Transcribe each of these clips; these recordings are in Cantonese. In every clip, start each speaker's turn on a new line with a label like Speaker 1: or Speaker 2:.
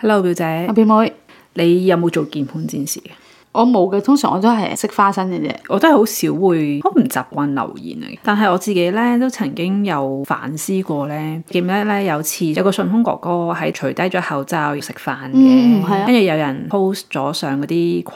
Speaker 1: Hello 表
Speaker 2: 阿
Speaker 1: 姐，
Speaker 2: 表妹，
Speaker 1: 你有冇做鍵盤戰士嘅？
Speaker 2: 我冇嘅，通常我都係識花生嘅啫。
Speaker 1: 我真係好少會，我唔習慣留言啊。但係我自己咧都曾經有反思過咧，記唔記得咧有次有個順豐哥哥係除低咗口罩食飯
Speaker 2: 嗯係
Speaker 1: 嘅，
Speaker 2: 啊
Speaker 1: 跟住有人 post 咗上嗰啲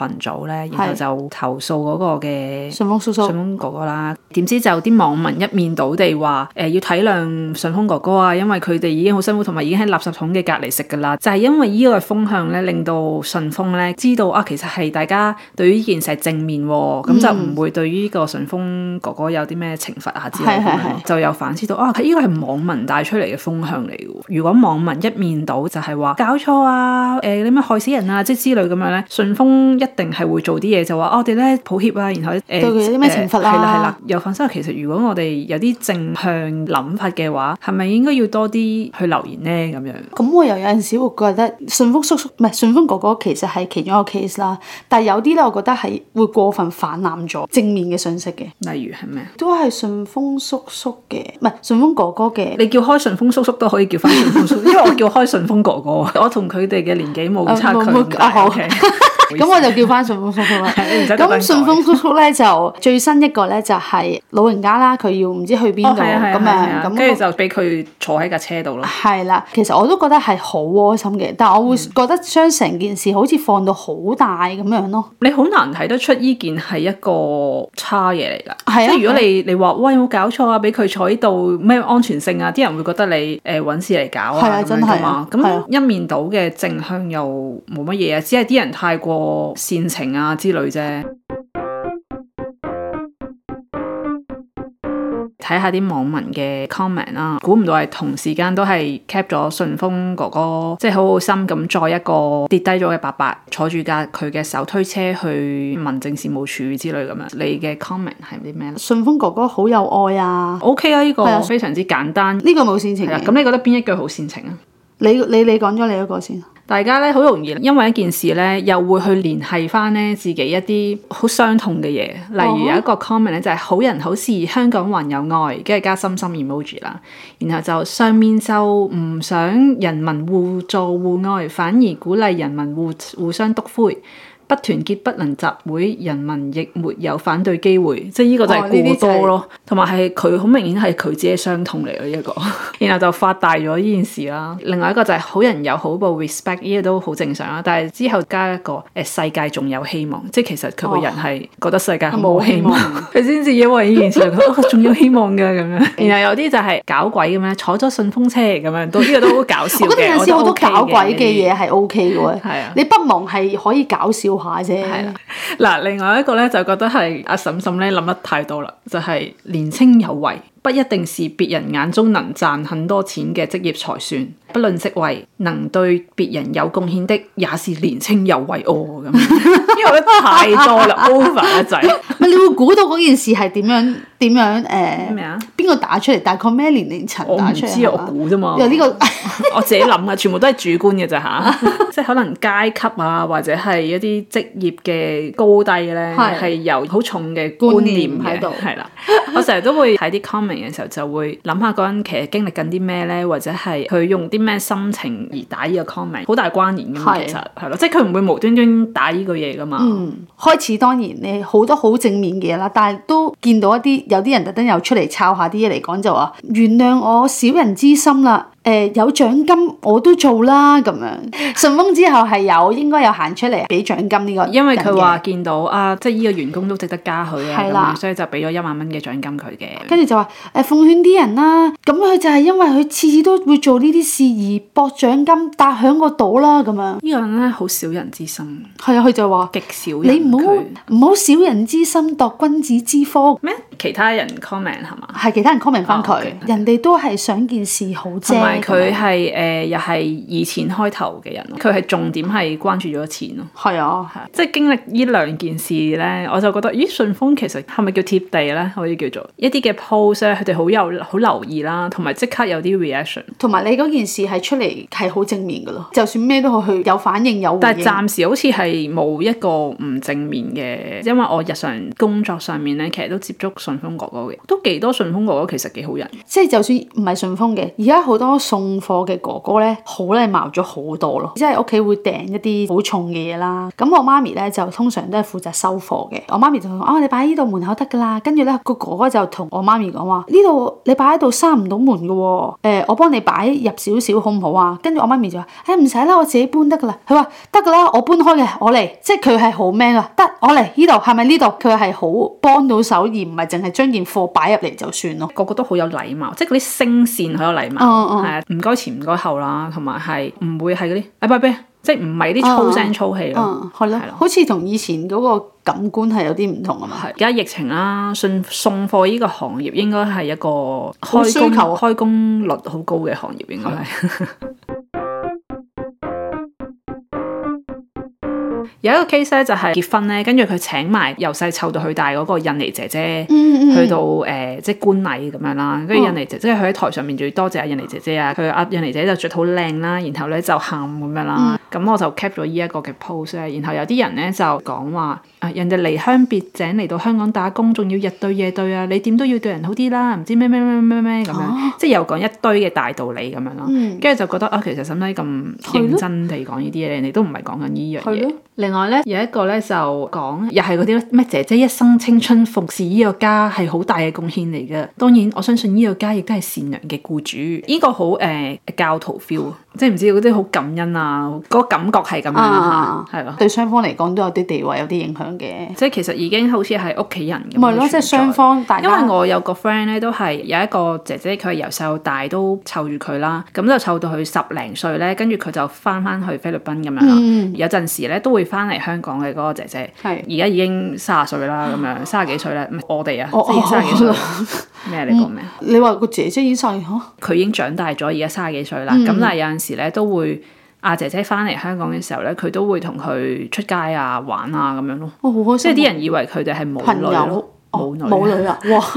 Speaker 1: 群組咧，然後
Speaker 2: 係
Speaker 1: 就投訴嗰個嘅。
Speaker 2: 順豐叔叔
Speaker 1: 順，豐哥哥啦，點知就啲網民一面倒地話誒、要體諒順豐哥哥啊，因為佢哋已經好辛苦，同埋已經喺垃圾桶嘅隔離食㗎啦。就係、因為呢個風向咧，令到順豐咧知道啊，其實係大家對於呢件事係正面喎、咁、
Speaker 2: 嗯
Speaker 1: 就唔會對於個順豐哥哥有啲咩懲罰啊之類咁
Speaker 2: 係係
Speaker 1: 樣咯
Speaker 2: 係
Speaker 1: 就有反思到啊，呢個係網民帶出嚟嘅風向嚟嘅喎。如果網民一面倒就係話搞錯啊，誒、你咩害死人啊，即係之類咁樣咧，順豐一定係會做啲嘢就話、啊我哋咧抱歉啊，然後誒。
Speaker 2: 對佢有啲咩懲罰啊啦
Speaker 1: 係啦係啦，有反思。其實如果我哋有啲正向諗法嘅話，係咪應該要多啲去留言呢？咁樣
Speaker 2: 咁我又有陣時會覺得順豐叔叔唔係順豐哥哥，其實係其中一個 case 啦。但係有啲咧，我覺得係會過分泛濫咗正面嘅信息嘅，
Speaker 1: 例如係咩？
Speaker 2: 都係順豐叔叔嘅，唔係順豐哥哥嘅。
Speaker 1: 你叫開順豐叔叔都可以叫翻順豐叔， 叔，因為我叫開順豐哥哥，啊我同佢哋嘅年紀冇差距
Speaker 2: 啊冇
Speaker 1: 咁
Speaker 2: 冇
Speaker 1: 大。
Speaker 2: 啊好
Speaker 1: OK
Speaker 2: 咁我就叫翻順豐叔叔啦。
Speaker 1: 係你唔使特登改
Speaker 2: 咁順豐叔叔咧就最新一個咧就係老人家啦，佢要唔知去邊
Speaker 1: 哦
Speaker 2: 度
Speaker 1: 係啊係啊
Speaker 2: 咁
Speaker 1: 係啊係
Speaker 2: 樣
Speaker 1: 啊
Speaker 2: 咁
Speaker 1: 跟
Speaker 2: 我
Speaker 1: 住就俾佢坐喺架車度咯。
Speaker 2: 係啦，其實我都覺得係好窩心嘅，但我會
Speaker 1: 嗯
Speaker 2: 覺得將成件事好似放到好大咁樣咯。
Speaker 1: 你好難睇得出呢件係一個差嘢嚟㗎。
Speaker 2: 係啊
Speaker 1: 即係如果你你話喂有冇搞錯啊，俾佢坐喺度咩安全性啊，啲人會覺得你誒揾、事嚟搞
Speaker 2: 係
Speaker 1: 啊
Speaker 2: 啊
Speaker 1: 咁
Speaker 2: 真
Speaker 1: 樣
Speaker 2: 係
Speaker 1: 㗎
Speaker 2: 啊
Speaker 1: 嘛。
Speaker 2: 係啊
Speaker 1: 咁一面倒嘅正向又冇乜嘢啊，只係啲人太過煽情啊之類啫。睇下啲網民嘅 comment 啦，估唔到係同時間都係 cap 咗順豐哥哥，即係好好心咁載一個跌低咗嘅伯伯，坐住架佢嘅手推車去民政事務處之類咁樣。你嘅 comment 係啲咩咧
Speaker 2: 順豐哥哥好有愛啊！
Speaker 1: ？OK 啊，呢、
Speaker 2: 係啊
Speaker 1: 個非常之簡單。
Speaker 2: 呢個冇煽情
Speaker 1: 係啦，啊
Speaker 2: 嘅。
Speaker 1: 咁你覺得邊一句好煽情啊？
Speaker 2: 你你你講咗你嗰個先。
Speaker 1: 大家咧好容易因為一件事咧，又會去聯繫翻咧自己一啲好傷痛嘅嘢，例如
Speaker 2: 哦
Speaker 1: 有一個 comment 咧就係、好人好事，香港還有愛，跟住加心心 emoji 啦，然後就上面就唔想人民互助互愛，反而鼓勵人民互互相篤灰。不團結不能集會，人民亦沒有反對機會，即係呢個就
Speaker 2: 哦呢
Speaker 1: 係
Speaker 2: 啲就
Speaker 1: 過
Speaker 2: 係
Speaker 1: 多咯，同埋係佢好明顯係佢自己嘅傷痛嚟嘅呢一個，然後就發大咗呢件事啦。另外一個就係好人有好報 respect 呢個都好正常啦，但係之後加一個誒、世界仲有希望，即係其實佢個人係覺得世界冇希望
Speaker 2: 哦冇希望，
Speaker 1: 佢先至因為呢件事 覺得哦仲有希望㗎咁樣。然後有啲就係搞鬼咁樣，坐咗順風車咁樣，到呢個都好搞笑
Speaker 2: 我覺得
Speaker 1: 嘅，
Speaker 2: 有陣
Speaker 1: 我
Speaker 2: 時
Speaker 1: 都
Speaker 2: 好多
Speaker 1: OK
Speaker 2: 搞鬼嘅嘢係 O K
Speaker 1: 係
Speaker 2: 嘅喎
Speaker 1: 啊。
Speaker 2: 你不忘係可以搞笑下啫。
Speaker 1: 係啊 啦， 嗱，另外一個咧就覺得係阿嬸嬸咧諗得太多啦，就係、年青有為，不一定是別人眼中能賺很多錢嘅職業才算，不論職位，能對別人有貢獻的也是年青有為哦咁樣，因為我覺得太多啦 over 一仔
Speaker 2: 咪你會估到嗰件事係點樣點樣誒？
Speaker 1: 咩啊？
Speaker 2: 邊個打出嚟？大概咩年齡層
Speaker 1: 我
Speaker 2: 打
Speaker 1: 唔
Speaker 2: 出嚟？
Speaker 1: 知啊，
Speaker 2: 係
Speaker 1: 我
Speaker 2: 嘛
Speaker 1: 估啫嘛。
Speaker 2: 因為呢個
Speaker 1: 我自己諗嘅，全部都係主觀嘅咋 吓，即係可能階級啊，或者係一啲職業嘅高低咧，
Speaker 2: 係
Speaker 1: 係由好重嘅觀念嘅
Speaker 2: 觀念喺度
Speaker 1: 係啦。我成日都會睇啲 comment 嘅時候，就會諗下嗰個人其實經歷緊啲咩咧，或者係佢用啲咩心情而打呢個 comment，好大關聯㗎嘛。
Speaker 2: 係
Speaker 1: 其實係咯，即係佢唔會無端端打呢個嘢㗎嘛。
Speaker 2: 嗯，開始當然你好多好正面嘅嘢啦，但係都見到一啲有啲人特登又出嚟抄下啲嘢嚟講就話原諒我小人之心啦。誒、有獎金我都做啦咁樣，順豐之後係有應該有行出嚟俾獎金呢個人嘅，
Speaker 1: 因為佢話見到啊，即係呢個員工都值得加佢啊，
Speaker 2: 係
Speaker 1: 咁
Speaker 2: 啦
Speaker 1: 樣所以就俾咗一萬蚊嘅獎金佢嘅。
Speaker 2: 跟住就話誒、奉勸啲人啦，咁佢就係因為佢次次都會做呢啲事而博獎金搭響個島啦咁樣，
Speaker 1: 呢個人咧好小人之心，
Speaker 2: 係啊，佢就話
Speaker 1: 極少人
Speaker 2: 你唔好
Speaker 1: 佢
Speaker 2: 唔好小人之心度君子之腹。
Speaker 1: 咩？其他人 comment 係嘛？
Speaker 2: 係其他人 comment 翻佢，
Speaker 1: 哦，OK
Speaker 2: 人哋都係想件事好啫。
Speaker 1: 同埋佢
Speaker 2: 咁樣
Speaker 1: 係誒又係以前開頭嘅人咯，佢係重點係關注咗錢咯。
Speaker 2: 係啊，
Speaker 1: 係即係經歷呢兩件事咧，我就覺得咦，順豐其實係咪叫貼地咧？可以叫做一啲嘅 post 咧，佢哋好有好留意啦，同埋即刻有啲 reaction。
Speaker 2: 同埋你嗰件事係出嚟係好正面噶咯，就算咩都好，佢有反應有回
Speaker 1: 但係
Speaker 2: 應。
Speaker 1: 暫時好似係冇一個唔正面嘅，因為我日常工作上面咧，其實都接觸順順豐哥哥嘅，都幾多順豐哥哥其實幾好人。
Speaker 2: 即係就算唔係順豐嘅，而家好多送貨嘅哥哥咧，好禮貌咗好多咯。即係屋企會訂一啲好重嘅嘢啦。咁我媽咪咧就通常都係負責收貨嘅。我媽咪就同我講：哦，你擺喺呢度門口得㗎啦。跟住咧個哥哥就同我媽咪講話：呢度你擺喺度閂唔到門㗎喎、誒我幫你擺入少少好唔好啊？跟住我媽咪就話：誒唔使啦，我自己搬得㗎啦。佢話得㗎啦，我搬開嘅，我嚟。即係佢係好 man 啊，得我嚟呢度係咪呢度？佢係好幫到手，而唔係淨係將件貨擺入嚟就算咯。
Speaker 1: 個個都好有禮貌，即係嗰啲聲線好有禮貌，
Speaker 2: 嗯嗯
Speaker 1: 係啊，唔該前唔該後啦，同埋係唔會係嗰啲哎拜拜，即係唔係啲
Speaker 2: 哦
Speaker 1: 粗聲粗氣咯。
Speaker 2: 嗯，係咯
Speaker 1: 係咯，
Speaker 2: 好似同以前嗰個感官係有啲唔同啊嘛。
Speaker 1: 係而家疫情啦，信送貨呢個行業應該係一個
Speaker 2: 好需
Speaker 1: 開工
Speaker 2: 求啊
Speaker 1: 開工率好高嘅行業，應該係。 有一個 case 咧，就係結婚咧，跟住佢請埋由細湊到佢大嗰個印尼姐姐，
Speaker 2: 嗯嗯哦
Speaker 1: 去到誒、呃即係觀禮咁樣啦。跟住印尼姐姐，佢喺台上面仲要多謝阿印尼姐姐啊，佢阿印尼姐姐就着得好靚啦，然後咧就喊咁樣
Speaker 2: 嗯
Speaker 1: 啦。咁、我就 cap 咗呢一個嘅 post 咧，然後有啲人咧就講話啊，人哋離鄉別井嚟到香港打工，仲要日對夜對啊，你點都要對人好啲啦，唔知咩咩咩咩咩咁樣，
Speaker 2: 哦
Speaker 1: 即係又講一堆嘅大道理咁樣啦。跟住就覺得啊，其實使唔使咁
Speaker 2: 嗯係
Speaker 1: 認
Speaker 2: 咯
Speaker 1: 真地講呢啲嘢？人哋都唔係講緊呢樣
Speaker 2: 係
Speaker 1: 嘢
Speaker 2: 咯。
Speaker 1: 另外咧，有一個咧就講，又係嗰啲咩姐姐一生青春服侍呢個家係好大嘅貢獻嚟嘅。當然，我相信呢個家亦都係善良嘅僱主。呢、個好誒、呃教徒
Speaker 2: 嗯
Speaker 1: feel，即係唔知嗰啲好感恩啊，嗰、個感覺係咁樣啦
Speaker 2: 啊，
Speaker 1: 嚇，係咯、
Speaker 2: 對雙方嚟講都有啲地位有啲影響嘅。
Speaker 1: 即係其實已經好似係屋企人咁樣
Speaker 2: 咪咯，即
Speaker 1: 存在
Speaker 2: 係雙方大家。
Speaker 1: 因為我有個 friend 咧，都係有一個姐姐，佢係由細到大都湊住佢啦，咁就湊到佢十零歲咧，跟住佢就翻翻去菲律賓咁樣啦。有陣時咧都會翻嚟香港嘅嗰個姐姐，
Speaker 2: 嗯係
Speaker 1: 而家已經卅歲啦，咁樣卅幾歲咧，唔係我哋啊，
Speaker 2: 哦
Speaker 1: 即係卅幾歲
Speaker 2: 哦嗯
Speaker 1: 咩？啊你講咩？
Speaker 2: 你話個姐姐已經哦晒嚇，
Speaker 1: 佢已經長大咗，而家卅幾歲啦。
Speaker 2: 嗯
Speaker 1: 咁、但係有陣時咧都會。阿姐姐翻嚟香港嘅時候咧，佢都會同佢出街啊、玩啊咁樣咯。
Speaker 2: 我好開
Speaker 1: 即
Speaker 2: 心
Speaker 1: 係
Speaker 2: 啊。
Speaker 1: 啲人以為佢哋係母
Speaker 2: 朋
Speaker 1: 女
Speaker 2: 友
Speaker 1: 咯，
Speaker 2: 哦
Speaker 1: 母女
Speaker 2: 母女啊，哇！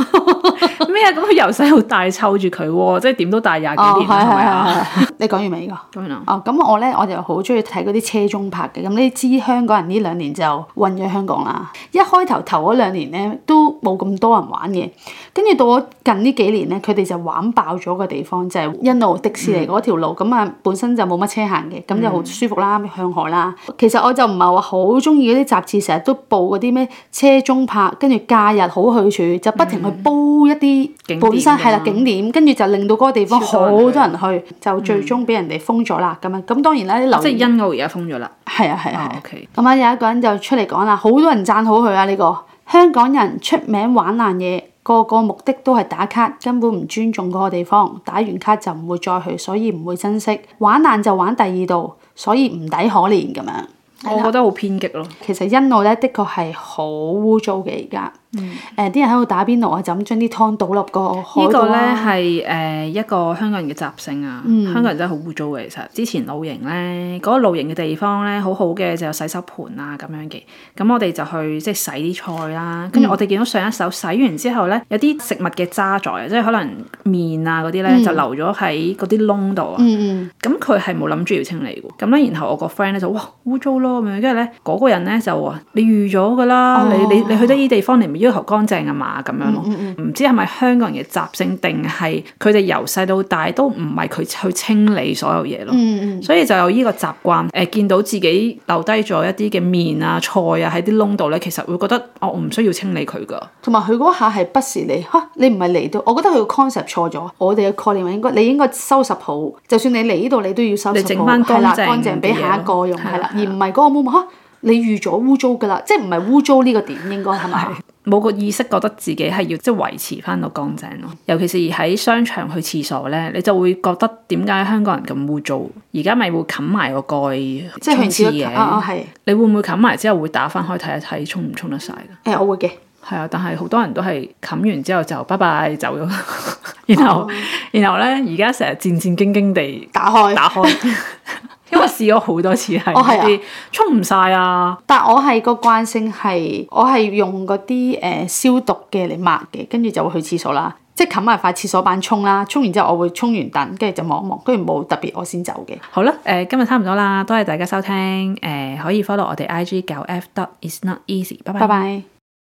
Speaker 1: 咩啊？咁佢由細到大湊住佢喎，即係點都大廿幾
Speaker 2: 哦，
Speaker 1: 年
Speaker 2: 係
Speaker 1: 啦，係咪啊？
Speaker 2: 係係係，你講完未呢個？
Speaker 1: 當然啦，
Speaker 2: 啊，咁我咧我就好中意睇嗰啲車中拍嘅，咁你知香港人呢兩年就混咗香港啦。一開頭頭嗰兩年咧都冇咁多人玩嘅，跟住到咗近呢幾年咧，佢哋就玩爆咗個地方就係、一路迪士
Speaker 1: 嗯
Speaker 2: 尼嗰條路，咁啊、本身就冇乜車行嘅，咁就好舒服啦，向海啦。其實我就唔係話好中意嗰啲雜誌，成日都報嗰啲咩車中拍，跟住假日好去處，就不停去煲一啲
Speaker 1: 嗯景點啊
Speaker 2: 本身係
Speaker 1: 㗎
Speaker 2: 啦
Speaker 1: 嘛
Speaker 2: 景點，跟住就令到嗰個地方
Speaker 1: 超
Speaker 2: 好
Speaker 1: 多人去
Speaker 2: 多人。去，就最終俾人哋封咗啦咁樣。咁當然啦，啲
Speaker 1: 嗯哦即
Speaker 2: 留
Speaker 1: 係
Speaker 2: 言
Speaker 1: 因我而家封咗啦。
Speaker 2: 係啊係啊
Speaker 1: 啊
Speaker 2: 係啊。
Speaker 1: OK，
Speaker 2: 咁啊有一個人就出嚟講啦，好多人讚好佢啊呢個香港人出名玩爛嘢，個個目的都係打卡，根本唔尊重嗰個地方。打完卡就唔會再去，所以唔會珍惜。玩爛就玩第二度，所以唔抵可憐咁樣。
Speaker 1: 我覺得好偏激咯。
Speaker 2: 其實欣澳咧，的確係好污糟嘅而家。誒啲、人喺度打邊爐啊，就咁將啲湯倒落個海
Speaker 1: 嗯呢
Speaker 2: 度啊
Speaker 1: 個咧
Speaker 2: 啦。
Speaker 1: 係誒一個香港人嘅習性啊，
Speaker 2: 嗯
Speaker 1: 香港人真係好污糟嘅。其實之前露營咧，嗰、個露營嘅地方咧，好好嘅就有洗手盆啊咁樣嘅。咁我哋就去即係洗啲菜啦，
Speaker 2: 嗯
Speaker 1: 跟住我哋見到上一手洗完之後咧，有啲食物嘅渣在啊，即係可能面啊嗰啲
Speaker 2: 嗯
Speaker 1: 咧就留咗喺嗰啲窿度啊。
Speaker 2: 嗯嗯，
Speaker 1: 咁佢係冇諗住要清理嘅，咁咧然後我個 friend 咧就哇污糟咯咁樣，跟住咧嗰個人咧就話你預咗㗎啦，你你你去得呢地方，你唔要求乾淨啊嘛咁樣咯，唔、知係咪香港人嘅習性定係佢哋由細到大都唔係佢去清理所有嘢咯，所以就有呢個習慣，誒、見到自己留低咗一啲嘅麵啊菜啊喺啲窿度咧，其實會覺得哦我唔需要清理佢㗎，
Speaker 2: 同埋佢嗰下係不時你嚇，你唔係嚟到，我覺得佢個 concept 錯咗。我哋嘅概念應該，你應該收拾好，就算你嚟呢度，你都要收拾好，
Speaker 1: 你整返乾
Speaker 2: 係啦，
Speaker 1: 淨
Speaker 2: 乾淨俾
Speaker 1: 嘅嘢
Speaker 2: 下一個用，
Speaker 1: 咯
Speaker 2: 係啦，
Speaker 1: 係
Speaker 2: 而
Speaker 1: 啦
Speaker 2: 唔係嗰個 moment 嚇，你預咗污糟㗎啦，即係唔係污糟呢個點應該係咪？
Speaker 1: 冇個意識覺得自己係要即係維持翻到乾淨咯，尤其是喺商場去廁所咧，你就會覺得點解香港人咁污糟？而家咪會冚埋個蓋
Speaker 2: 即係
Speaker 1: 沖
Speaker 2: 平時
Speaker 1: 廁
Speaker 2: 都啊啊
Speaker 1: 嘅，
Speaker 2: 係，
Speaker 1: 你會唔會冚埋之後會打翻開睇一睇沖唔沖得晒㗎？
Speaker 2: 誒我會嘅，
Speaker 1: 係啊，但係好多人都係冚完之後就拜拜走咗， 然
Speaker 2: 哦
Speaker 1: 後然後咧而家成日戰戰兢兢地
Speaker 2: 打開
Speaker 1: 打 開，因為試咗好多次係
Speaker 2: 哦係啊
Speaker 1: 啲沖唔晒啊，
Speaker 2: 但我係個慣性係，我係用嗰啲誒消毒嘅嚟抹嘅，跟住就會去廁所啦，即係冚埋塊廁所板沖啦，沖完之後我會沖完凳，跟住就望一望，跟住冇特別我先走嘅。
Speaker 1: 好啦，誒、今日差唔多呃啦，多謝大家收聽，誒、可以 follow 我哋 IG 九 F dot is not easy，拜拜
Speaker 2: 拜。拜。